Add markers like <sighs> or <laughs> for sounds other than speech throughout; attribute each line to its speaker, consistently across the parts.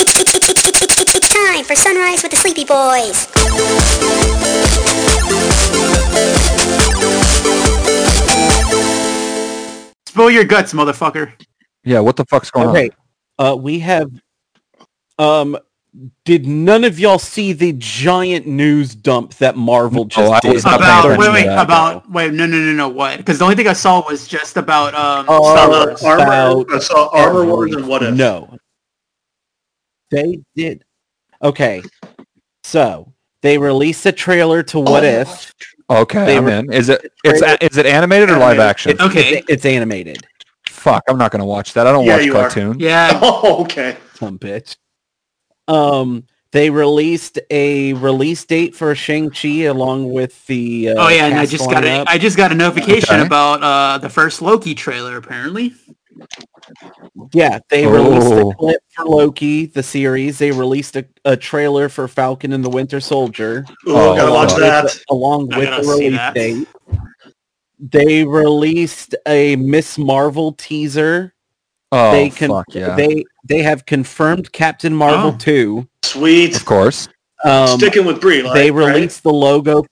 Speaker 1: It's, it's, it's, it's, it's, it's time for Sunrise with the Sleepy Boys.
Speaker 2: Spill your guts, motherfucker.
Speaker 3: Yeah, what the fuck's going
Speaker 4: All
Speaker 3: on?
Speaker 4: right. Uh, we have. Um, did none of y'all see the giant news dump that Marvel
Speaker 3: No,
Speaker 4: just
Speaker 3: I
Speaker 4: did?
Speaker 3: was not
Speaker 2: Oh, About wait,
Speaker 3: paying attention
Speaker 2: wait,
Speaker 3: to that.
Speaker 2: about wait, no, no, no, no, what? Because the only thing I saw was just about um.
Speaker 4: Oh,
Speaker 2: Star
Speaker 4: uh,
Speaker 2: Wars.
Speaker 4: Star-
Speaker 5: Armor,
Speaker 4: About-
Speaker 5: I saw Armor Wars and What If.
Speaker 4: No. They did. Okay. So they released a trailer to What
Speaker 2: Oh,
Speaker 4: If.
Speaker 3: Okay,
Speaker 4: They
Speaker 3: I'm
Speaker 4: were-
Speaker 3: in. Is it it's a- is it animated or live
Speaker 5: Animated.
Speaker 3: action?
Speaker 2: Okay.
Speaker 4: It's, it's animated.
Speaker 3: Fuck, I'm not gonna watch that. I don't
Speaker 5: Yeah,
Speaker 3: watch
Speaker 5: you are.
Speaker 3: cartoon.
Speaker 4: <laughs>
Speaker 2: Yeah.
Speaker 5: <laughs> Oh, okay.
Speaker 4: Some bitch. Um, they released a release date for Shang Chi along with the. Uh,
Speaker 2: Oh yeah, and I
Speaker 4: cast
Speaker 2: just got a,
Speaker 4: lineup.
Speaker 2: I just got a notification
Speaker 3: Okay.
Speaker 2: about uh the first Loki trailer apparently.
Speaker 4: Yeah, they released
Speaker 3: Oh.
Speaker 4: a clip for Loki, the series. They released a, a trailer for Falcon and the Winter Soldier.
Speaker 5: Ooh,
Speaker 3: Oh,
Speaker 5: gotta watch
Speaker 4: along
Speaker 5: that.
Speaker 4: with- along
Speaker 2: I
Speaker 4: with
Speaker 2: gotta
Speaker 4: the
Speaker 2: see
Speaker 4: release
Speaker 2: that.
Speaker 4: date. They released a Miss Marvel teaser.
Speaker 3: Oh
Speaker 4: they can
Speaker 3: fuck yeah.
Speaker 4: they they have confirmed Captain Marvel
Speaker 2: Oh.
Speaker 4: 2.
Speaker 5: Sweet.
Speaker 3: of course.
Speaker 4: Um,
Speaker 5: Sticking with Brie. Like,
Speaker 4: they
Speaker 5: right?
Speaker 4: released the logo.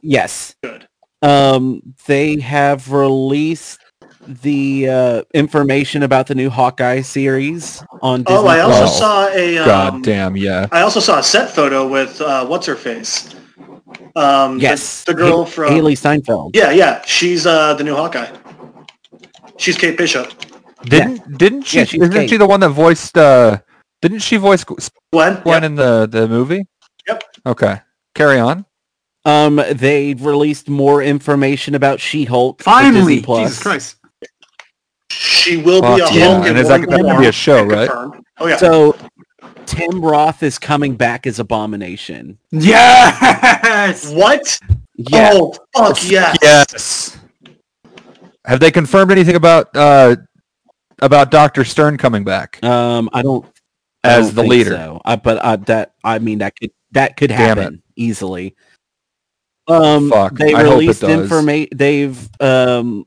Speaker 4: Yes.
Speaker 5: Good.
Speaker 4: Um, they have released the uh, information about the new Hawkeye series on Disney.
Speaker 5: Oh, I also
Speaker 3: Wow.
Speaker 5: saw a. Um,
Speaker 3: God damn, yeah.
Speaker 5: I also saw a set photo with uh, what's her face. Um, the-
Speaker 4: yes,
Speaker 5: the, girl
Speaker 4: Ha-
Speaker 5: from.
Speaker 4: Haley Steinfeld.
Speaker 5: Yeah, yeah, she's uh, the new Hawkeye. She's Kate Bishop.
Speaker 3: Didn't didn't she
Speaker 4: Yeah, she's
Speaker 3: isn't
Speaker 4: Kate.
Speaker 3: she the one that voiced uh didn't she voice Gwen
Speaker 5: Gwen. Yeah.
Speaker 3: in the the movie?
Speaker 5: Yep.
Speaker 3: Okay. Carry on.
Speaker 4: Um, they released more information about She-Hulk. for
Speaker 2: Finally,
Speaker 4: Disney Plus.
Speaker 2: Jesus Christ.
Speaker 5: She will be a
Speaker 3: Fuck
Speaker 5: Hulk.
Speaker 3: yeah.
Speaker 5: in
Speaker 3: And is that
Speaker 5: one
Speaker 3: gonna
Speaker 5: form,
Speaker 3: be a show,
Speaker 5: and
Speaker 3: right?
Speaker 5: confirmed. Oh yeah.
Speaker 4: So Tim Roth is coming back as Abomination.
Speaker 2: Yes.
Speaker 5: what?
Speaker 4: Yeah.
Speaker 5: Oh fuck yes.
Speaker 3: Yes. Have they confirmed anything about uh about Doctor Stern coming back
Speaker 4: Um, I don't I
Speaker 3: as
Speaker 4: don't
Speaker 3: the
Speaker 4: think
Speaker 3: leader?
Speaker 4: So. I, but I, that I mean that could that could
Speaker 3: Damn
Speaker 4: happen easily. Um,
Speaker 3: Fuck,
Speaker 4: they
Speaker 3: I hope it
Speaker 4: released
Speaker 3: does.
Speaker 4: information. They've um,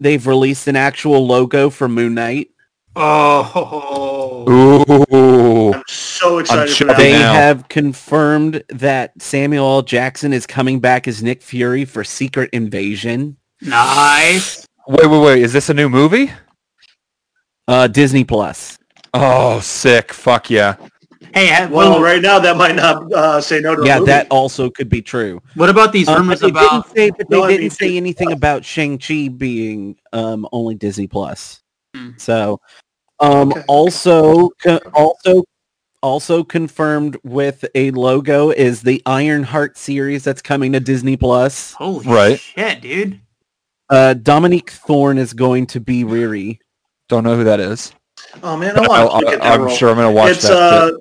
Speaker 4: they've released an actual logo for Moon Knight.
Speaker 2: Oh. ho, ho.
Speaker 3: Ooh.
Speaker 5: I'm so excited for
Speaker 3: sure
Speaker 5: that.
Speaker 4: They
Speaker 3: now.
Speaker 4: have confirmed that Samuel L. Jackson is coming back as Nick Fury for Secret Invasion.
Speaker 2: <laughs> Nice.
Speaker 3: Wait, wait, wait. Is this a new movie?
Speaker 4: Uh, Disney Plus.
Speaker 3: Oh, sick. Fuck yeah.
Speaker 2: Hey, ha-
Speaker 5: well,
Speaker 2: what-
Speaker 5: right now that might not uh, say no to a
Speaker 4: Yeah,
Speaker 5: movie.
Speaker 4: that also could be true.
Speaker 2: what about these
Speaker 4: Um,
Speaker 2: rumors
Speaker 4: but they
Speaker 2: about
Speaker 4: didn't say, but they
Speaker 5: No, I
Speaker 4: didn't
Speaker 5: mean,
Speaker 4: say
Speaker 5: Disney
Speaker 4: anything
Speaker 5: Plus.
Speaker 4: about Shang Chi being um, only Disney Plus.
Speaker 2: Hmm.
Speaker 4: So, um,
Speaker 5: Okay.
Speaker 4: also, co- also, also confirmed with a logo is the Ironheart series that's coming to Disney Plus.
Speaker 2: Holy
Speaker 3: Right.
Speaker 2: shit, dude.
Speaker 4: Uh, Dominique Thorne is going to be Riri.
Speaker 3: Don't know who that is.
Speaker 5: Oh man, I
Speaker 3: But I,
Speaker 5: want to get that
Speaker 3: am
Speaker 5: role.
Speaker 3: sure I'm gonna watch
Speaker 5: it's
Speaker 3: that.
Speaker 5: uh,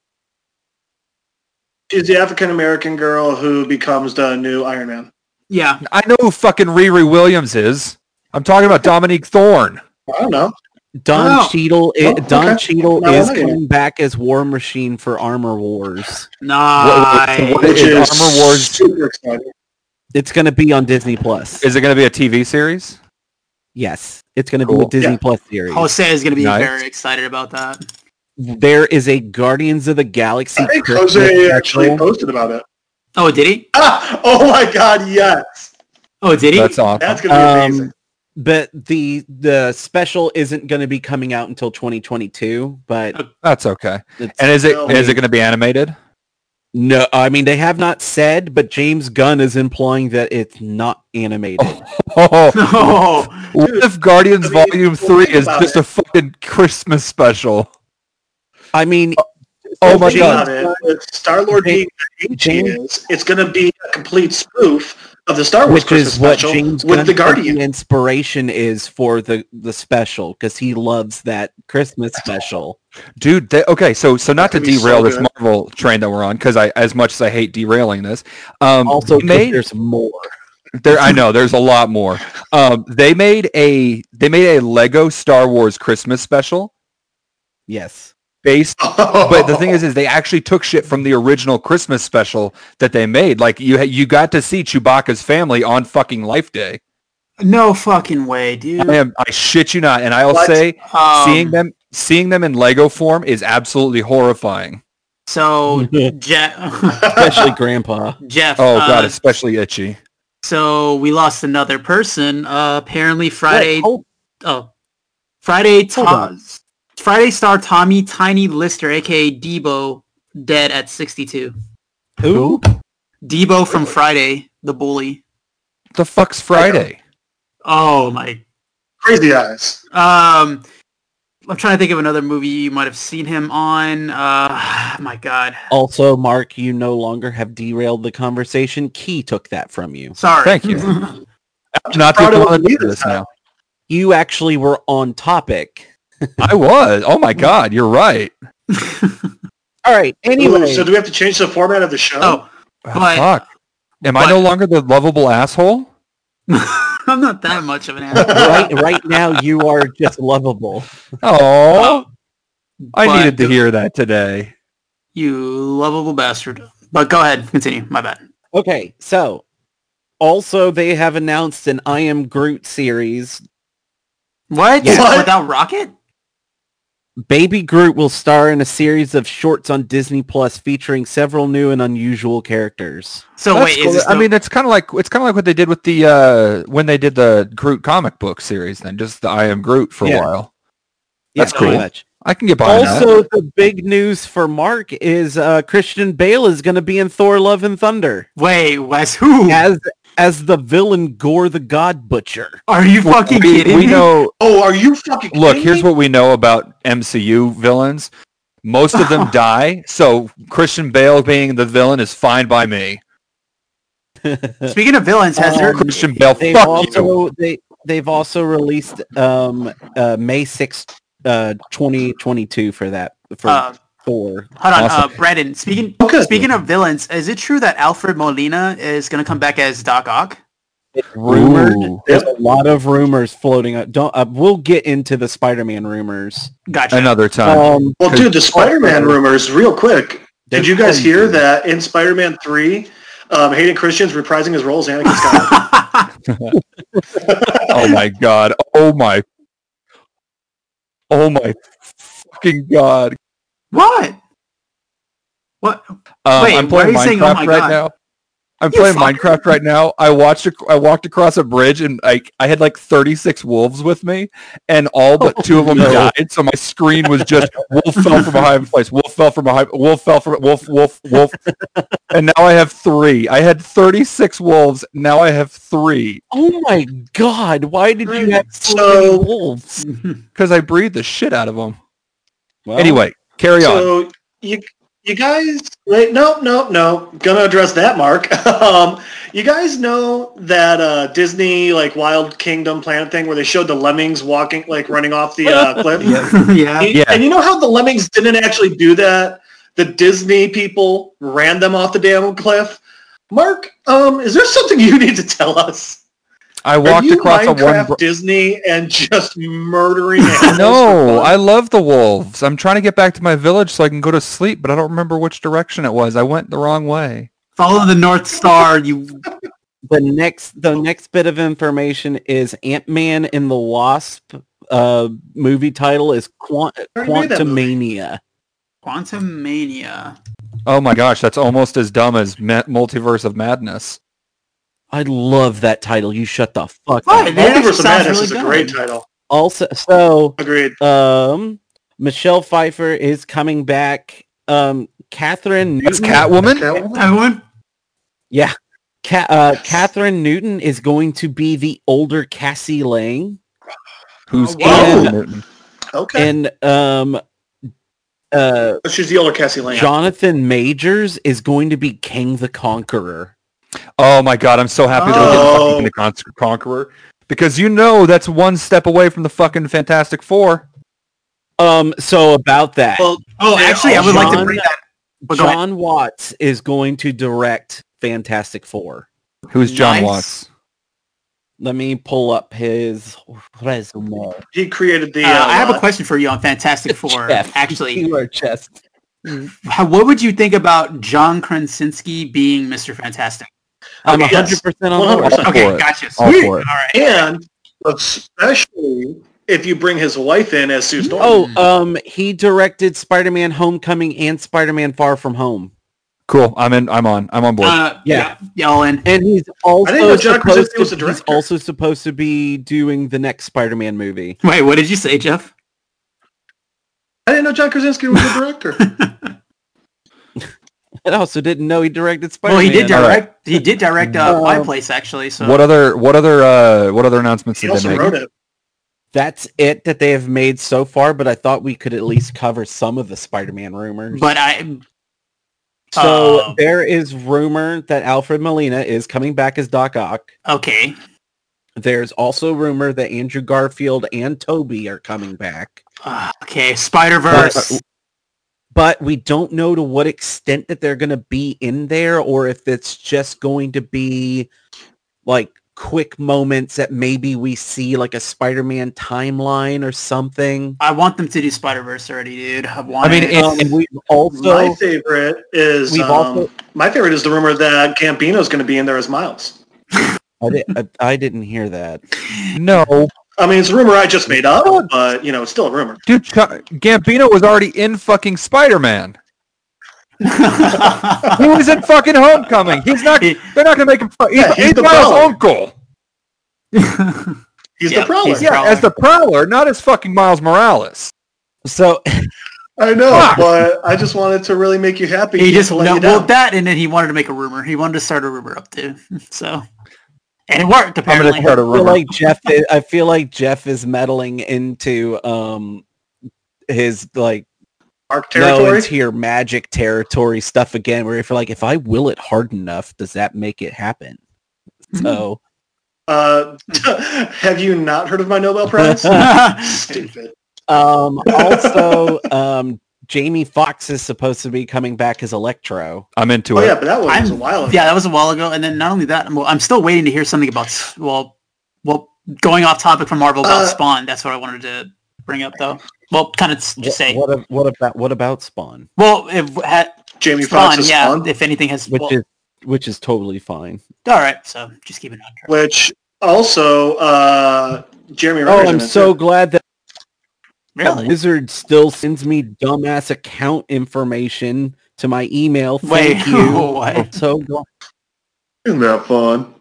Speaker 5: she's the African American girl who becomes the new Iron Man.
Speaker 2: Yeah.
Speaker 3: shit.
Speaker 5: uh,
Speaker 3: I know who fucking Riri Williams is. I'm talking about Dominique Thorne.
Speaker 5: I don't know.
Speaker 4: Don
Speaker 2: Oh.
Speaker 4: Cheadle, i-
Speaker 5: Oh,
Speaker 4: Don
Speaker 5: okay.
Speaker 4: Cheadle
Speaker 5: No, I
Speaker 4: is
Speaker 5: like it.
Speaker 4: coming back as War Machine for Armor Wars.
Speaker 2: Nice.
Speaker 3: what-
Speaker 5: Which
Speaker 3: Is
Speaker 5: is
Speaker 3: Armor Wars-
Speaker 5: super exciting.
Speaker 4: It's going to be on Disney Plus.
Speaker 3: Is it gonna be a TV series?
Speaker 4: yes, it's going to be
Speaker 3: Cool.
Speaker 4: a Disney
Speaker 5: Yeah.
Speaker 4: Plus series.
Speaker 2: Jose is going to be
Speaker 3: Nice.
Speaker 2: very excited about that.
Speaker 4: There is a Guardians of the Galaxy.
Speaker 5: I think
Speaker 4: Christmas
Speaker 5: Jose actually
Speaker 4: special.
Speaker 5: posted about it. <laughs>
Speaker 2: Oh, did he?
Speaker 5: Ah, oh my God, yes,
Speaker 2: Oh, did he?
Speaker 3: That's awesome.
Speaker 5: that's gonna be amazing.
Speaker 4: Um, but the the special isn't going to be coming out until 2022. But
Speaker 3: That's okay.
Speaker 4: it's,
Speaker 3: And is it
Speaker 5: No.
Speaker 3: is it gonna be animated?
Speaker 4: no, I mean they have not said, but James Gunn is implying that it's not animated.
Speaker 5: <laughs>
Speaker 3: Oh,
Speaker 2: no.
Speaker 3: what
Speaker 5: Dude,
Speaker 3: if Guardians
Speaker 5: I mean,
Speaker 3: Volume
Speaker 5: well,
Speaker 3: Three
Speaker 5: think
Speaker 3: is
Speaker 5: about
Speaker 3: just
Speaker 5: it.
Speaker 3: a fucking Christmas special?
Speaker 4: I mean,
Speaker 3: Oh my
Speaker 5: Think
Speaker 3: God.
Speaker 5: about it, With Star Lord
Speaker 4: James-
Speaker 5: being the age he
Speaker 4: James-
Speaker 5: is, it's going to be a complete spoof of the Star Wars
Speaker 4: which
Speaker 5: Christmas
Speaker 4: is what
Speaker 5: special
Speaker 4: James
Speaker 5: with
Speaker 4: Gunn
Speaker 5: the
Speaker 4: said
Speaker 5: Guardian.
Speaker 4: inspiration is for the the special because he loves that Christmas special.
Speaker 3: Dude, they, okay, so so not to
Speaker 5: could be so
Speaker 3: derail this
Speaker 5: good.
Speaker 3: Marvel train that we're on because I, as much as I hate derailing this, um,
Speaker 4: Also,
Speaker 3: they
Speaker 4: 'cause
Speaker 3: made,
Speaker 4: there's more.
Speaker 3: there I know there's a lot more. Um, they made a they made a Lego Star Wars Christmas special
Speaker 5: <laughs>
Speaker 4: Yes,
Speaker 3: based, but the thing is, is they actually took shit from the original Christmas special that they made. Like you ha- you got to see Chewbacca's family on fucking Life Day.
Speaker 2: No fucking way, dude.
Speaker 3: I am I shit you not, and I'll
Speaker 5: What?
Speaker 3: say
Speaker 2: Um,
Speaker 3: seeing them seeing them in Lego form is absolutely horrifying. <laughs>
Speaker 2: So <laughs> Jeff,
Speaker 4: especially Grandpa.
Speaker 2: Jeff.
Speaker 3: Oh god,
Speaker 2: uh,
Speaker 3: especially itchy.
Speaker 2: so we lost another person. Uh, apparently Friday.
Speaker 4: Wait, hold-
Speaker 2: oh, Friday.
Speaker 4: Hold
Speaker 2: Tom, Friday star Tommy Tiny Lister, aka Debo, dead at 62.
Speaker 4: who?
Speaker 2: Debo from Friday, the bully.
Speaker 3: The fuck's Friday?
Speaker 2: Oh my.
Speaker 5: Crazy eyes.
Speaker 2: Um, I'm trying to think of another movie you might have seen him on. Uh, <sighs> my God.
Speaker 4: Also, Mark, you no longer have derailed the conversation. Key took that from you.
Speaker 2: Sorry.
Speaker 3: Thank you. Not
Speaker 5: proud
Speaker 3: to
Speaker 5: of
Speaker 3: apologize
Speaker 5: you
Speaker 3: for this
Speaker 5: this
Speaker 3: now.
Speaker 4: You actually were on topic.
Speaker 3: I was. Oh my god, you're right.
Speaker 4: All right. Anyway,
Speaker 5: Ooh, so do we have to change the format of the show?
Speaker 2: <laughs> oh, But-
Speaker 3: Ah, Fuck. Am I no longer the lovable asshole?
Speaker 2: <laughs> I'm not that much of an asshole.
Speaker 4: right, right now you are just lovable.
Speaker 3: Oh, I
Speaker 2: But-
Speaker 3: needed to hear that today.
Speaker 2: You lovable bastard. But go ahead, continue. My bad.
Speaker 4: Okay, so also they have announced an I Am Groot series.
Speaker 2: What?
Speaker 5: Yeah. What?
Speaker 2: Without Rocket?
Speaker 4: Baby Groot will star in a series of shorts on Disney Plus featuring several new and unusual characters.
Speaker 2: So
Speaker 3: That's
Speaker 2: wait,
Speaker 3: cool.
Speaker 2: is this
Speaker 3: I
Speaker 2: no-
Speaker 3: mean, it's kind of like it's kind of like what they did with the uh, when they did the Groot comic book series. Then just the I am Groot for
Speaker 4: Yeah.
Speaker 3: a while.
Speaker 4: Yeah,
Speaker 3: That's
Speaker 4: pretty
Speaker 3: cool.
Speaker 4: much.
Speaker 3: I can get by on that.
Speaker 4: Also, the big news for Mark is uh, Christian Bale is going to be in Thor: Love and Thunder
Speaker 2: wait, Wes, who?
Speaker 4: as as the villain Gore the God Butcher.
Speaker 2: Are you fucking
Speaker 3: We,
Speaker 2: kidding
Speaker 3: we
Speaker 2: me? <laughs>
Speaker 3: know.
Speaker 5: Oh, are you fucking
Speaker 3: Look,
Speaker 5: kidding
Speaker 3: here's
Speaker 5: me?
Speaker 3: what we know about MCU villains. Most of
Speaker 2: <laughs>
Speaker 3: them die, so Christian Bale being the villain is fine by me.
Speaker 2: Speaking of villains, has
Speaker 4: Um,
Speaker 2: there
Speaker 3: Christian Bale,
Speaker 4: They've
Speaker 3: Oh, fuck you.
Speaker 4: also they they've also released um uh May sixth uh twenty twenty two for that for
Speaker 2: uh,
Speaker 4: Thor.
Speaker 2: hold on,
Speaker 3: awesome. Oh,
Speaker 2: uh, Brandon. Speaking
Speaker 5: Okay.
Speaker 2: speaking of villains, is it true that Alfred Molina is gonna come back as Doc Ock?
Speaker 4: Rumored.
Speaker 3: Ooh.
Speaker 4: There's a lot of rumors floating. Up. Don't uh, we'll get into the Spider Man rumors.
Speaker 2: Gotcha.
Speaker 3: Another time.
Speaker 4: Um,
Speaker 5: Well, dude, the
Speaker 3: Cause-
Speaker 5: Spider-Man rumors, real quick. Did you guys hear that in Spider-Man 3, um, Hayden Christian's reprising his role as Anakin Skywalker?
Speaker 3: oh my god. Oh my. Oh my fucking god.
Speaker 2: <laughs> what? What?
Speaker 3: Um,
Speaker 2: Wait,
Speaker 3: I'm
Speaker 2: why are
Speaker 3: playing
Speaker 2: you
Speaker 3: Minecraft
Speaker 2: saying, oh my
Speaker 3: right
Speaker 2: God?
Speaker 3: now. I'm
Speaker 2: You
Speaker 3: playing
Speaker 2: fucker.
Speaker 3: Minecraft right now. I watched. A, I walked across a bridge, and I I had like 36 wolves with me, and all but two
Speaker 4: <laughs>
Speaker 3: of them
Speaker 4: no.
Speaker 3: died. So my screen was just wolf fell from a high place, wolf fell from a high, wolf fell from wolf, wolf, wolf, and now I have three. I had 36 wolves. Now I have three
Speaker 4: oh my God! Why did you have so, many
Speaker 5: So- <laughs>
Speaker 4: wolves?
Speaker 3: because I breathed the shit out of them.
Speaker 4: Well,
Speaker 3: anyway, <laughs> carry on.
Speaker 5: So you you guys wait no no no gonna address that mark. <laughs> um, you guys know that uh, Disney like Wild Kingdom Planet thing where they showed the lemmings walking like running off
Speaker 3: <laughs>
Speaker 5: the uh, cliff.
Speaker 2: <laughs> yeah.
Speaker 5: And-
Speaker 3: Yeah.
Speaker 5: And you know how the lemmings didn't actually do that? The Disney people ran them off the damn cliff. Mark, um, is there something you need to tell us?
Speaker 3: I
Speaker 5: Are
Speaker 3: walked
Speaker 5: you
Speaker 3: across a
Speaker 5: Minecraft
Speaker 3: one. br-
Speaker 5: Disney and
Speaker 3: <laughs>
Speaker 5: just murdering <laughs> animals? for
Speaker 3: no,
Speaker 5: fun?
Speaker 3: I love the wolves. I'm trying to get back to my village so I can go to sleep, but I don't remember which direction it was. I went the wrong way.
Speaker 2: Follow the North Star.
Speaker 3: <laughs>
Speaker 2: You.
Speaker 4: the next the next bit of information is Ant Man and the Wasp. Uh, movie title is Quant-
Speaker 5: already made that movie.
Speaker 4: Quantumania.
Speaker 2: Quantum Mania.
Speaker 3: Oh my gosh, that's almost as dumb as Ma- Multiverse of Madness.
Speaker 4: I love that title. You shut the fuck
Speaker 2: What?
Speaker 4: up.
Speaker 2: That actually
Speaker 5: Multiverse of
Speaker 2: sounds
Speaker 5: Madness
Speaker 2: really
Speaker 5: is a
Speaker 2: good.
Speaker 5: great title.
Speaker 4: Also, so
Speaker 5: Agreed.
Speaker 4: um, Michelle Pfeiffer is coming back. Um, Catherine
Speaker 3: That's
Speaker 4: Newton.
Speaker 3: Catwoman.
Speaker 5: Catwoman?
Speaker 2: Everyone.
Speaker 4: Yeah. Ca- uh, Catherine Newton is going to be the older Cassie Lang,
Speaker 3: Who's
Speaker 2: Oh,
Speaker 5: wow.
Speaker 3: Catwoman Newton?
Speaker 5: Okay.
Speaker 4: and um, uh,
Speaker 5: She's the older Cassie Lang.
Speaker 4: Jonathan Majors is going to be King the Conqueror.
Speaker 3: Oh my god, I'm so happy they're
Speaker 5: Oh.
Speaker 3: getting fucking the Con- Conqueror because you know that's one step away from the fucking Fantastic Four.
Speaker 4: Um, so about that,
Speaker 5: Well,
Speaker 2: Oh,
Speaker 5: Yeah,
Speaker 2: actually, I would like to
Speaker 4: John-
Speaker 2: bring that. but go ahead.
Speaker 4: John Watts is going to direct Fantastic Four.
Speaker 3: Who's John
Speaker 2: Nice.
Speaker 3: Watts?
Speaker 4: Let me pull up his <laughs> resume.
Speaker 5: he created the.
Speaker 2: Uh, I have
Speaker 5: uh,
Speaker 2: a question for you on
Speaker 3: <laughs>
Speaker 2: Fantastic Four.
Speaker 4: Jeff,
Speaker 2: Actually,
Speaker 4: <laughs> you are just
Speaker 2: how, what would you think about John Krasinski being Mr. Fantastic?
Speaker 4: I'm
Speaker 5: Okay, yes.
Speaker 4: 100% on board.
Speaker 5: 100%.
Speaker 3: All
Speaker 2: Okay,
Speaker 3: for it.
Speaker 2: gotcha.
Speaker 3: All
Speaker 2: Sweet.
Speaker 3: for
Speaker 2: All
Speaker 3: it.
Speaker 2: right.
Speaker 5: And especially if you bring his wife in as Sue Storm.
Speaker 4: Oh, um, he directed Spider-Man: Homecoming and Spider-Man: Far From Home,
Speaker 3: Cool. I'm in. I'm on. I'm on board.
Speaker 2: Uh,
Speaker 4: Yeah.
Speaker 2: yeah, yeah, all in.
Speaker 4: and he's also
Speaker 5: know John
Speaker 4: supposed
Speaker 5: Krasinski
Speaker 4: to,
Speaker 5: was the
Speaker 4: he's
Speaker 5: director.
Speaker 4: also supposed to be doing the next Spider-Man movie.
Speaker 2: Wait, what did you say, Jeff?
Speaker 5: I didn't know John Krasinski was the director.
Speaker 3: <laughs>
Speaker 4: I also didn't know he directed Spider-Man.
Speaker 2: Well, he did
Speaker 3: All right. Um,
Speaker 2: direct. He did direct uh,
Speaker 4: Uh,
Speaker 2: My Place actually. So
Speaker 3: what other? What other? Uh, what other announcements
Speaker 5: he
Speaker 3: did they
Speaker 5: also
Speaker 3: make?
Speaker 5: wrote it.
Speaker 4: That's it that they have made so far, but I thought we could at least cover some of the Spider-Man rumors.
Speaker 2: But I.
Speaker 4: so
Speaker 5: Um,
Speaker 2: Uh,
Speaker 4: there is rumor that Alfred Molina is coming back as Doc Ock.
Speaker 2: okay.
Speaker 4: There's also rumor that Andrew Garfield and Toby are coming back.
Speaker 2: Uh, okay. Spider
Speaker 3: uh,
Speaker 2: Verse.
Speaker 4: uh, But we don't know to what extent that they're going to be in there or if it's just going to be like quick moments that maybe we see like a Spider-Man timeline or something.
Speaker 2: I want them to do Spider Verse already, dude. I want.
Speaker 3: I mean,
Speaker 2: it.
Speaker 3: and-
Speaker 4: Um,
Speaker 3: and
Speaker 4: we've
Speaker 5: my
Speaker 4: also
Speaker 5: favorite is
Speaker 4: we've
Speaker 5: um,
Speaker 4: also-
Speaker 5: my favorite is the rumor that Gambino's going to be in there as Miles.
Speaker 4: <laughs> I, di- I, I didn't hear that.
Speaker 3: no,
Speaker 5: I mean, it's a rumor I just made up, but you know, it's still a rumor.
Speaker 3: dude. Ch- Gambino was already in fucking
Speaker 5: <laughs>
Speaker 3: Spider-Man. He was in fucking Homecoming. He's not. They're not gonna make him. fu- He's,
Speaker 5: Yeah, he's
Speaker 3: he's
Speaker 5: the
Speaker 3: Miles'
Speaker 5: Prowler.
Speaker 3: uncle.
Speaker 5: He's
Speaker 2: Yeah,
Speaker 5: the prowler.
Speaker 2: he's-
Speaker 3: Yeah,
Speaker 2: Prowler.
Speaker 3: as the Prowler, not as fucking Miles Morales.
Speaker 4: So <laughs>
Speaker 5: I know,
Speaker 3: Fuck.
Speaker 5: but I just wanted to really make you happy.
Speaker 2: he just
Speaker 5: to let
Speaker 2: no,
Speaker 5: you down.
Speaker 2: well that, and then he wanted to make a rumor. He wanted to start a rumor up too. <laughs> So, and it worked
Speaker 3: I'm
Speaker 2: apparently. <laughs>
Speaker 3: gonna start a
Speaker 4: I feel
Speaker 3: rumor.
Speaker 4: like Jeff. Is, I feel like Jeff is meddling into um his like
Speaker 5: Arc
Speaker 4: no,
Speaker 5: territory.
Speaker 4: it's here magic territory stuff again. Where if you're like, if I will it hard enough, does that make it happen? So
Speaker 5: uh, <laughs> have you not heard of my Nobel
Speaker 2: <laughs>
Speaker 5: Prize? Stupid.
Speaker 4: um also um Jamie Fox is supposed to be coming back as Electro.
Speaker 3: I'm into
Speaker 5: Oh
Speaker 3: it.
Speaker 5: yeah, but that one was
Speaker 2: I'm-
Speaker 5: a while ago.
Speaker 2: yeah, that was a while ago. And then not only that, I'm, I'm still waiting to hear something about s- well, well, going off topic from Marvel about
Speaker 5: Uh,
Speaker 2: Spawn. That's what I wanted to bring up though. Well, kind of just say.
Speaker 4: What, what, a- what about what about Spawn?
Speaker 2: Well, if had
Speaker 5: Jamie Foxx
Speaker 2: Spawn,
Speaker 5: is
Speaker 2: yeah.
Speaker 5: Spawn,
Speaker 2: If anything has,
Speaker 4: Which
Speaker 2: well,
Speaker 4: is which is totally fine.
Speaker 2: all right. So just keep it on track.
Speaker 5: which also uh, Jeremy. Renner's
Speaker 4: Oh,
Speaker 5: in
Speaker 4: I'm
Speaker 5: it,
Speaker 4: so
Speaker 5: too.
Speaker 4: glad that. That
Speaker 2: Really?
Speaker 4: wizard still sends me dumbass account information to my email.
Speaker 2: Wait, <laughs>
Speaker 4: Thank you.
Speaker 2: what?
Speaker 4: So go
Speaker 5: Isn't that fun?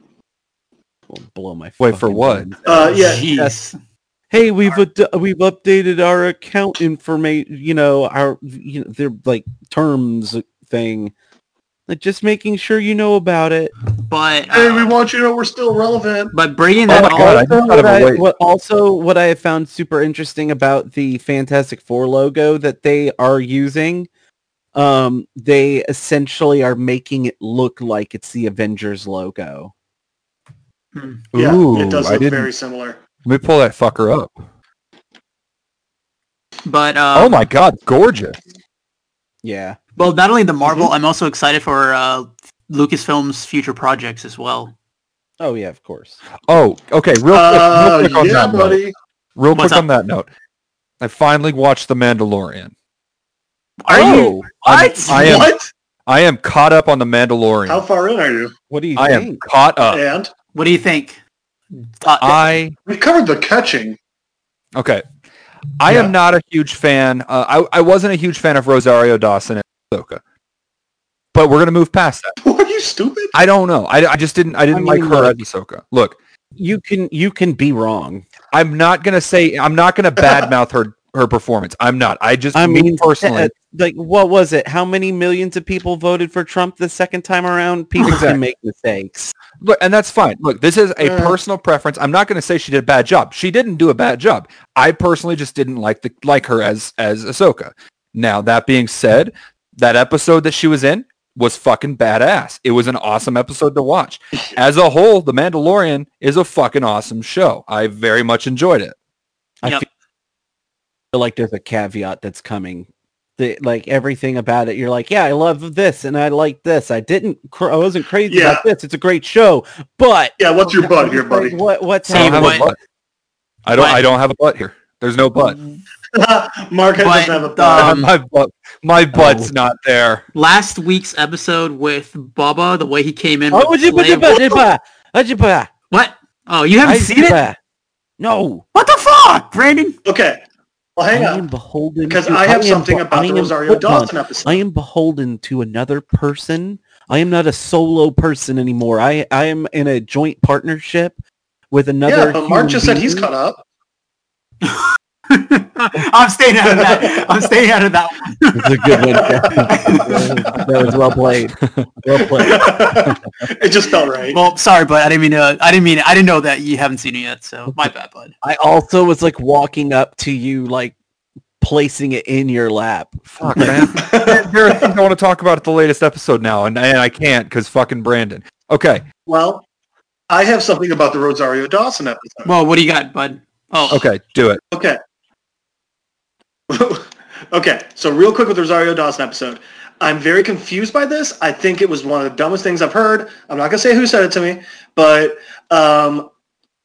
Speaker 4: Well, blow my
Speaker 3: Wait, for
Speaker 4: fucking
Speaker 3: what?
Speaker 4: mind.
Speaker 5: Uh, yeah,
Speaker 2: Jeez.
Speaker 4: Yes. Hey, we've ad- we've updated our account information. You know our you know, they're like terms thing. Like just making sure you know about it.
Speaker 2: But
Speaker 5: Hey, we
Speaker 2: uh,
Speaker 5: want you to know we're still relevant.
Speaker 2: but bringing
Speaker 3: Oh
Speaker 2: that
Speaker 3: my
Speaker 2: all
Speaker 3: God, I just
Speaker 4: Also,
Speaker 3: thought of
Speaker 4: what
Speaker 3: a
Speaker 4: I-
Speaker 3: way-
Speaker 4: what- also, what I have found super interesting about the Fantastic Four logo that they are using, um, they essentially are making it look like it's the Avengers logo.
Speaker 5: Yeah,
Speaker 3: Ooh,
Speaker 5: it does
Speaker 3: I
Speaker 5: look
Speaker 3: didn't.
Speaker 5: very similar.
Speaker 3: Let me pull that fucker up.
Speaker 5: Uh,
Speaker 2: but uh,
Speaker 3: oh my god, gorgeous.
Speaker 4: Yeah.
Speaker 2: Well, not only the Marvel, I'm also excited for uh, Lucasfilm's future projects as well.
Speaker 4: Oh yeah, of course.
Speaker 3: Oh, okay. Real quick,
Speaker 5: Uh,
Speaker 3: real quick on
Speaker 5: yeah,
Speaker 3: that note.
Speaker 5: buddy.
Speaker 3: Real
Speaker 2: What's
Speaker 3: quick on that note. I finally watched The Mandalorian.
Speaker 2: Are you?
Speaker 3: Oh, I'm-
Speaker 2: What?
Speaker 3: I am.
Speaker 5: What?
Speaker 3: I am caught up on The
Speaker 5: How
Speaker 3: Mandalorian.
Speaker 5: far in are you?
Speaker 4: What do you
Speaker 3: I am
Speaker 4: think?
Speaker 3: caught up.
Speaker 5: and
Speaker 2: What do you think? Uh,
Speaker 3: I
Speaker 5: we covered the catching. <laughs>
Speaker 3: okay. I
Speaker 5: Yeah.
Speaker 3: am not a huge fan. Uh, I I wasn't a huge fan of Rosario Dawson and Ahsoka, but we're gonna move past that.
Speaker 5: Were you stupid?
Speaker 3: I don't know. I, I just didn't. I didn't like
Speaker 4: mean,
Speaker 3: her
Speaker 4: look.
Speaker 3: as Ahsoka. Look,
Speaker 4: You can you can be wrong.
Speaker 3: I'm not gonna say I'm not
Speaker 4: <laughs>
Speaker 3: gonna badmouth her her performance. I'm not. I just
Speaker 4: I
Speaker 3: me
Speaker 4: mean,
Speaker 3: personally.
Speaker 4: uh, <laughs> like what was it? How many millions of people voted for Trump the second time around? People can
Speaker 3: Exactly.
Speaker 4: make mistakes.
Speaker 3: look, and that's fine. Look, this is a
Speaker 5: Yeah.
Speaker 3: personal preference. I'm not gonna say she did a bad job. She didn't do a bad job. I personally just didn't like the like her as as Ahsoka. Now that being said, that episode that she was in was fucking badass. It was an awesome episode to watch. As a whole, The Mandalorian is a fucking awesome show. I very much enjoyed it.
Speaker 4: I
Speaker 2: Yep.
Speaker 4: feel like there's a caveat that's coming. The, like everything about it, you're like, yeah, I love this and I like this. I didn't, cr- I wasn't crazy about this. It's a great show, but
Speaker 5: Yeah, what's your butt here,
Speaker 4: <laughs>
Speaker 5: buddy? <laughs>
Speaker 4: What what's
Speaker 3: I don't have
Speaker 4: happening?
Speaker 2: what-
Speaker 3: a butt. I don't.
Speaker 2: what-
Speaker 3: I don't have a butt here. There's no
Speaker 4: Oh,
Speaker 3: butt.
Speaker 5: Mark
Speaker 2: But,
Speaker 5: doesn't have a butt.
Speaker 2: Um,
Speaker 3: <laughs> my butt, my butt's not there.
Speaker 2: last week's episode with Baba, the way he came in.
Speaker 4: Oh,
Speaker 2: with
Speaker 4: would you
Speaker 2: Leia-
Speaker 4: put- put- put- put- put- put-
Speaker 2: What? Oh, you haven't
Speaker 4: I-
Speaker 2: seen it?
Speaker 4: No,
Speaker 2: What the fuck? Fuck, Brandon. <laughs>
Speaker 5: Okay. Well,
Speaker 4: I
Speaker 5: hang
Speaker 4: am
Speaker 5: on.
Speaker 4: beholden
Speaker 5: Because
Speaker 4: to-
Speaker 5: I have
Speaker 4: am
Speaker 5: something
Speaker 4: be-
Speaker 5: about
Speaker 4: I
Speaker 5: the
Speaker 4: am-
Speaker 5: Rosario
Speaker 4: hold on.
Speaker 5: Dawson episode.
Speaker 4: I am beholden to another person. I am not a solo person anymore. I, I am in a joint partnership with another.
Speaker 5: yeah, but Mark
Speaker 4: human
Speaker 5: just said he's
Speaker 4: being.
Speaker 5: caught up. <laughs>
Speaker 2: I'm staying out of that. I'm staying out of that.
Speaker 5: <laughs>
Speaker 2: one.
Speaker 4: That's a good one. that was well played. Well played.
Speaker 5: it just felt right.
Speaker 2: Well, sorry, but I didn't mean to. I didn't mean. I didn't know that you haven't seen it yet. So my bad, bud.
Speaker 4: I also was like walking up to you, like placing it in your lap.
Speaker 5: <laughs>
Speaker 3: Fuck, man. there, there are things I want to talk about at the latest episode now, and, and I can't because fucking Brandon. Okay,
Speaker 5: Well, I have something about the Rosario Dawson episode.
Speaker 2: Well, what do you got, bud? Oh,
Speaker 3: okay, do it.
Speaker 5: Okay. <laughs> okay. So real quick with Rosario Dawson episode. I'm very confused by this. I think it was one of the dumbest things I've heard. I'm not gonna say who said it to me, but um,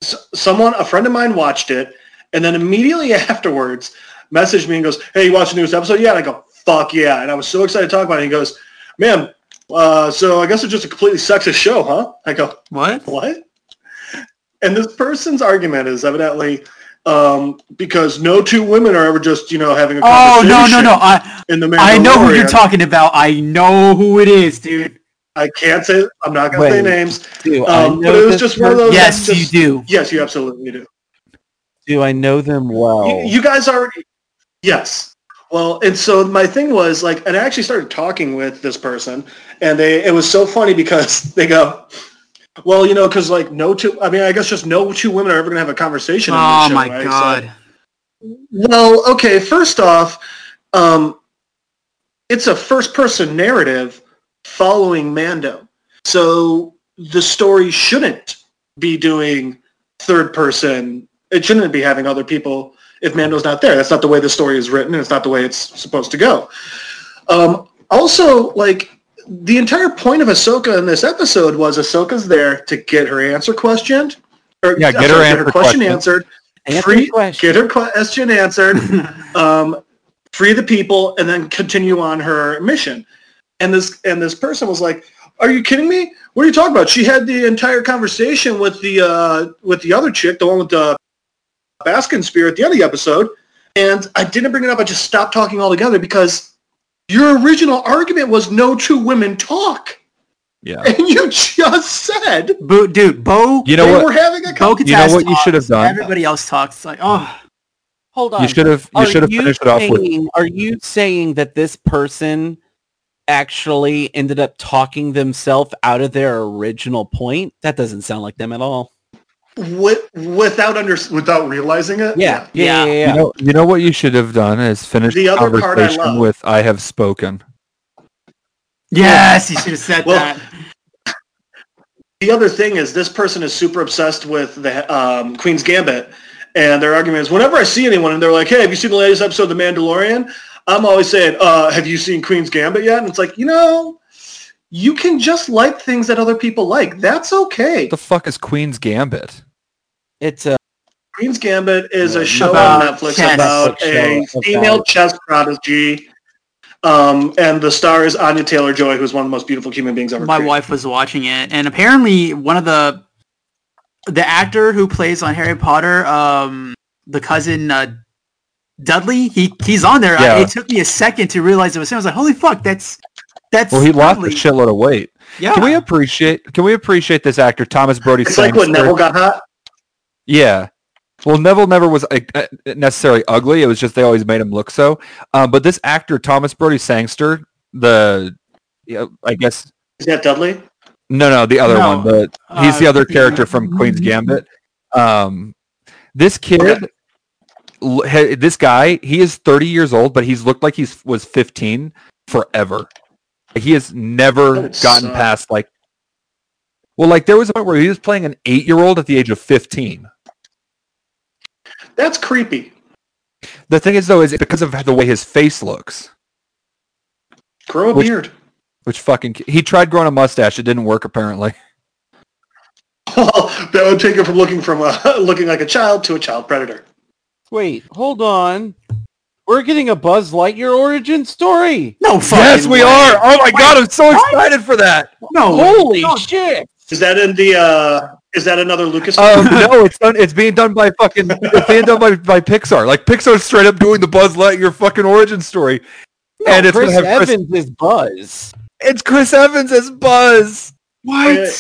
Speaker 5: s- someone, a friend of mine, watched it, and then immediately <laughs> afterwards, messaged me and goes, "Hey, you watched the newest episode? Yeah." And I go, "Fuck yeah!" And I was so excited to talk about it. He goes, "Man, uh, so I guess it's just a completely sexist show, huh?" I go,
Speaker 2: What?
Speaker 5: what? And this person's argument is evidently um, because no two women are ever just you know having a
Speaker 2: Oh
Speaker 5: conversation.
Speaker 2: no, no, no. I
Speaker 5: In the
Speaker 2: I know who you're
Speaker 5: Mandalorian.
Speaker 2: talking about. I know who it is, dude.
Speaker 5: I can't say. I'm not gonna say
Speaker 4: Wait.
Speaker 5: names.
Speaker 4: Do I
Speaker 5: Um,
Speaker 4: know
Speaker 5: but it was
Speaker 4: this
Speaker 5: just one of those.
Speaker 2: Yes,
Speaker 5: that's
Speaker 2: you
Speaker 5: just-
Speaker 2: do.
Speaker 5: Yes, you absolutely do.
Speaker 4: Do I know them well?
Speaker 2: Oh.
Speaker 5: You, you guys already. Yes. Well, and so my thing was like, and I actually started talking with this person, and they it was so funny because <laughs> they go, well, you know, because like no two. I mean, I guess just no two women are ever gonna have a conversation. on
Speaker 2: Oh
Speaker 5: this show,
Speaker 2: my
Speaker 5: right? So-
Speaker 2: god.
Speaker 5: Well, okay. First off, um, it's a first-person narrative following Mando, so the story shouldn't be doing third-person. It shouldn't be having other people if Mando's not there. That's not the way the story is written, and it's not the way it's supposed to go. Um, also, like the entire point of Ahsoka in this episode was Ahsoka's there to get her answer questioned, or
Speaker 3: Yeah,
Speaker 5: I'm
Speaker 3: get her answer
Speaker 5: question
Speaker 3: questioned.
Speaker 5: answered.
Speaker 4: Answer
Speaker 5: free-
Speaker 4: the question.
Speaker 5: Get her
Speaker 3: <laughs>
Speaker 5: question answered. um, free the people, and then continue on her mission. And this and this person was like, "Are you kidding me? What are you talking about? She had the entire conversation with the uh, with the other chick, the one with the Baskin spear at the end of the episode." And I didn't bring it up. I just stopped talking altogether because your original argument was no two women talk,
Speaker 3: Yeah,
Speaker 5: and you just said
Speaker 2: Bo- dude, Bo.
Speaker 3: you know
Speaker 5: they
Speaker 3: what?
Speaker 5: were having a
Speaker 2: Bo
Speaker 5: conversation.
Speaker 2: Katas
Speaker 3: You know what you
Speaker 2: talks.
Speaker 3: should have done.
Speaker 2: Everybody else talks. It's Like, oh,
Speaker 4: Hold on.
Speaker 3: You should have. You
Speaker 4: Are
Speaker 3: should have finished it off with.
Speaker 4: saying- Are you saying that this person actually ended up talking themselves out of their original point? That doesn't sound like them at all.
Speaker 5: Wi- without under without realizing it.
Speaker 4: Yeah, yeah, yeah.
Speaker 2: Yeah.
Speaker 4: yeah,
Speaker 3: You know, you know what you should have done is finish
Speaker 5: The
Speaker 3: the
Speaker 5: other part I
Speaker 3: conversation
Speaker 5: love.
Speaker 3: with "I have spoken."
Speaker 2: yes, you should have said
Speaker 5: Well,
Speaker 2: that.
Speaker 5: the other thing is this person is super obsessed with the um, Queen's Gambit, and their argument is whenever I see anyone and they're like, "Hey, have you seen the latest episode of The Mandalorian?" I'm always saying, uh, "Have you seen Queen's Gambit yet?" And it's like, you know, you can just like things that other people like. That's okay.
Speaker 3: What the fuck is Queen's Gambit?
Speaker 4: It's a
Speaker 5: Queen's Gambit is a
Speaker 4: Yeah,
Speaker 5: show
Speaker 2: about
Speaker 5: on Netflix
Speaker 2: chess.
Speaker 5: about a
Speaker 4: Netflix show
Speaker 5: female
Speaker 4: about-
Speaker 5: chess prodigy. Um, and the star is Anya Taylor Joy, who's one of the most beautiful human beings ever.
Speaker 2: my
Speaker 5: created.
Speaker 2: wife was watching it, and apparently one of the the actor who plays on Harry Potter, um, the cousin uh, Dudley, he he's on there. I-
Speaker 3: Yeah.
Speaker 2: it took me a second to realize it was him. I was like, holy fuck, that's that's
Speaker 3: Well, he lost a
Speaker 2: Dudley.
Speaker 3: shitload of weight.
Speaker 2: Yeah,
Speaker 3: Can we appreciate? Can we appreciate this actor Thomas Brody?
Speaker 5: It's like when
Speaker 3: Sangster?
Speaker 5: Neville got hot.
Speaker 3: Yeah. Well, Neville never was like, uh, necessarily ugly. It was just they always made him look so. Uh, but this actor, Thomas Brody Sangster, the, you know, I guess,
Speaker 5: Is that Dudley?
Speaker 3: no, no, the other
Speaker 2: No,
Speaker 3: one. But he's
Speaker 2: uh,
Speaker 3: the other character from Queen's Gambit. Um, this kid, l- ha- this guy, he is 30 years old, but he's looked like he's was 15 forever. He has never
Speaker 5: That
Speaker 3: gotten
Speaker 5: would suck.
Speaker 3: past like, well, like there was a point where he was playing an eight-year-old at the age of 15.
Speaker 5: That's creepy.
Speaker 3: The thing is, though, is because of the way his face looks,
Speaker 5: Grow a
Speaker 3: Which-
Speaker 5: beard. <laughs>
Speaker 3: which fucking he tried growing a mustache, it didn't work apparently.
Speaker 5: Well, that would take it from looking from a, <laughs> looking like a child to a child predator.
Speaker 4: wait. Hold on. We're getting a Buzz Lightyear origin story.
Speaker 2: no fucking way.
Speaker 3: Oh my
Speaker 2: God,
Speaker 3: I'm so
Speaker 2: What? Oh
Speaker 3: excited for that.
Speaker 2: No,
Speaker 4: Holy
Speaker 2: no,
Speaker 4: shit!
Speaker 5: Is that in the uh, Is that another
Speaker 3: <laughs>
Speaker 5: Lucas?
Speaker 3: Um, no, it's done, it's being done by fucking it's being done by, by Pixar. Like Pixar's straight up doing the Buzz Lightyear fucking origin story, and it's
Speaker 4: Chris
Speaker 3: gonna have Chris,
Speaker 4: Evans is Buzz.
Speaker 3: it's Chris Evans as Buzz.
Speaker 2: What?
Speaker 5: Yeah.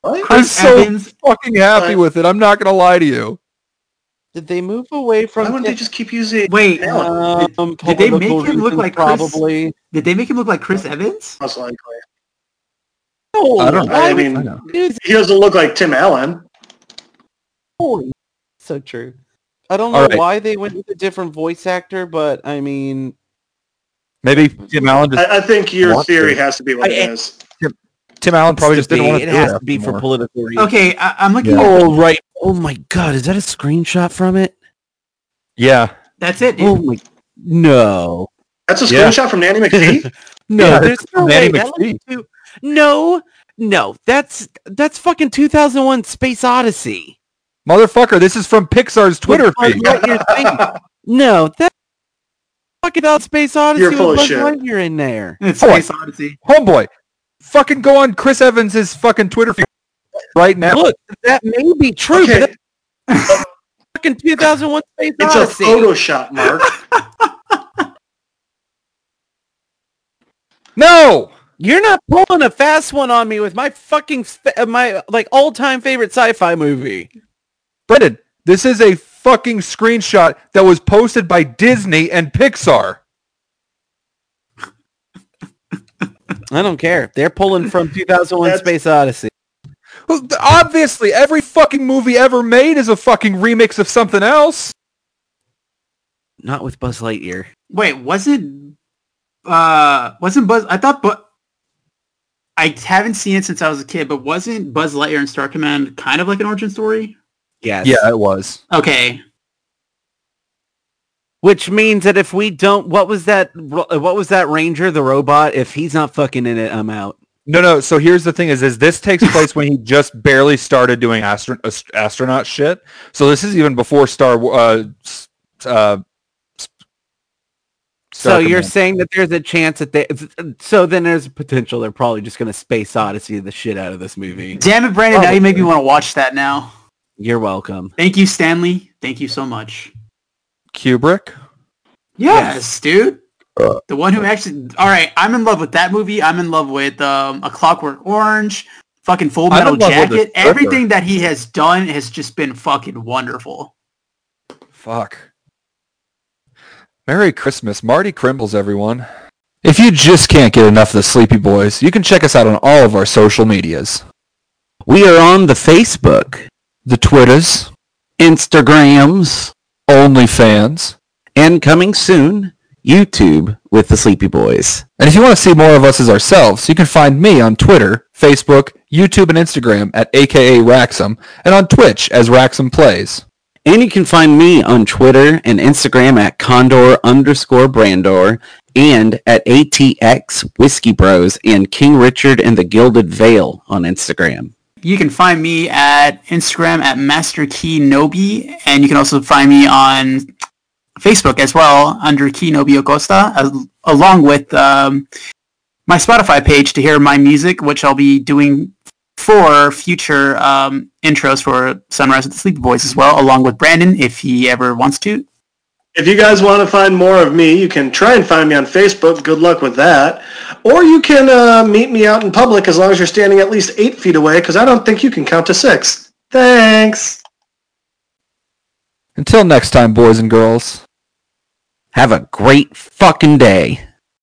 Speaker 4: What?
Speaker 2: Chris
Speaker 3: I'm so-
Speaker 2: Evans.
Speaker 3: Fucking happy
Speaker 5: Right.
Speaker 3: with it. I'm not gonna lie to you.
Speaker 4: Did they move away from?
Speaker 5: Why wouldn't they just keep using?
Speaker 2: Wait,
Speaker 5: Alan?
Speaker 4: um,
Speaker 2: Did- did they make
Speaker 4: political
Speaker 2: him look
Speaker 4: reasons,
Speaker 2: like Chris?
Speaker 4: probably?
Speaker 2: did they make him look like Chris Evans?
Speaker 5: Most likely.
Speaker 4: No,
Speaker 3: I don't know.
Speaker 4: why
Speaker 5: I
Speaker 4: would
Speaker 5: mean,
Speaker 3: know.
Speaker 4: they use
Speaker 5: he doesn't look like Tim Allen.
Speaker 4: Holy, so true. I don't
Speaker 3: All
Speaker 4: know
Speaker 3: right.
Speaker 4: why they went with a different voice actor, but I mean,
Speaker 3: Maybe Tim Allen just
Speaker 5: I, I think your
Speaker 3: Want to.
Speaker 5: theory has to be what
Speaker 4: I-
Speaker 5: it is.
Speaker 3: Tim Allen probably
Speaker 4: has
Speaker 3: just
Speaker 4: to
Speaker 3: didn't
Speaker 4: be-
Speaker 3: want to.
Speaker 4: It has to be for political reasons.
Speaker 2: Okay, I, I'm looking.
Speaker 3: Yeah.
Speaker 2: At,
Speaker 4: Oh right. Oh my God, is that a screenshot from it?
Speaker 3: yeah.
Speaker 2: that's it. dude.
Speaker 4: Oh my. No.
Speaker 5: That's a
Speaker 3: Yeah.
Speaker 5: screenshot from Nanny McPhee.
Speaker 4: No,
Speaker 3: Yeah,
Speaker 4: there's
Speaker 3: it's
Speaker 4: no way.
Speaker 3: Manny
Speaker 4: That looks
Speaker 3: McPhee.
Speaker 4: too- no, no, that's that's fucking 2001: Space Odyssey.
Speaker 3: Motherfucker, this is from Pixar's Twitter
Speaker 4: With Buzz
Speaker 3: feed. <laughs>
Speaker 4: Lightyear thing. no, that fucking about Space Odyssey
Speaker 5: You're
Speaker 4: with
Speaker 5: full of
Speaker 4: Buzz
Speaker 5: shit.
Speaker 4: Lightyear in there.
Speaker 2: It's
Speaker 3: Oh,
Speaker 2: Space Odyssey.
Speaker 3: Homeboy, fucking go on Chris Evans's fucking Twitter feed right now.
Speaker 4: Look, that may be true, but
Speaker 5: Okay,
Speaker 4: that's fucking 2001: Space
Speaker 5: it's a
Speaker 4: Odyssey.
Speaker 5: Photoshop, Mark.
Speaker 3: No,
Speaker 4: You're not pulling a fast one on me with my fucking sp- uh, my like all-time favorite sci-fi movie.
Speaker 3: Brendan, this is a fucking screenshot that was posted by Disney and Pixar.
Speaker 4: I don't care. They're pulling
Speaker 5: <laughs>
Speaker 4: from 2001:
Speaker 5: That's-
Speaker 4: Space Odyssey.
Speaker 3: Well, th- Obviously, every fucking movie ever made is a fucking remix of something else.
Speaker 4: Not with Buzz Lightyear.
Speaker 2: Wait, wasn't uh wasn't Buzz? I thought, but I haven't seen it since I was a kid. But wasn't Buzz Lightyear and Star Command kind of like an origin story?
Speaker 4: Yes.
Speaker 3: it was.
Speaker 2: Okay,
Speaker 4: Which means that if we don't, what was that? ro- What was that Ranger, the robot? If he's not fucking in it, I'm out.
Speaker 3: No, no. So here's the thing: is, is this takes place when he just barely started doing astro- ast- astronaut shit. So this is even before Star. Wa- Uh, s- uh, s-
Speaker 4: So
Speaker 3: Star
Speaker 4: you're
Speaker 3: Command.
Speaker 4: saying that there's a chance that they. So then there's a potential they're probably just gonna space odyssey the shit out of this movie.
Speaker 2: damn it, Brandon! Now you make me want to watch that now.
Speaker 4: You're welcome.
Speaker 2: Thank you, Stanley. Thank you so much.
Speaker 3: Kubrick.
Speaker 2: Yes, dude. the one who actually. All right, I'm in love with that movie. I'm in love with um, A Clockwork Orange, fucking Full
Speaker 3: I'm
Speaker 2: Metal
Speaker 3: in love with the
Speaker 2: Jacket.
Speaker 3: Joker.
Speaker 2: Everything that he has done has just been fucking wonderful.
Speaker 3: Fuck. Merry Christmas, Marty Crimples, everyone. If you just can't get enough of the Sleepy Boys, you can check us out on all of our social medias.
Speaker 4: We are on the Facebook,
Speaker 3: The Twitters,
Speaker 4: Instagrams,
Speaker 3: OnlyFans,
Speaker 4: and coming soon, YouTube with the Sleepy Boys.
Speaker 3: And if you want to see more of us as ourselves, you can find me on Twitter, Facebook, YouTube, and Instagram at aka Raxum, and on Twitch as Raxum Plays.
Speaker 4: And you can find me on Twitter and Instagram at Condor underscore Brandor and at ATX Whiskey Bros and King Richard and the Gilded Veil on Instagram.
Speaker 2: You can find me at Instagram at MasterKeyNobi, and you can also find me on Facebook as well under Key Nobi Acosta, as, along with um, my Spotify page to hear my music, which I'll be doing for future um, intros for Sunrise with the Sleepy Boys as well, along with Brandon if he ever wants to.
Speaker 5: If you guys want to find more of me, you can try and find me on Facebook. Good luck with that. Or you can uh, meet me out in public as long as you're standing at least eight feet away, because I don't think you can count to six. Thanks.
Speaker 3: Until next time, boys and girls.
Speaker 4: Have a great fucking day.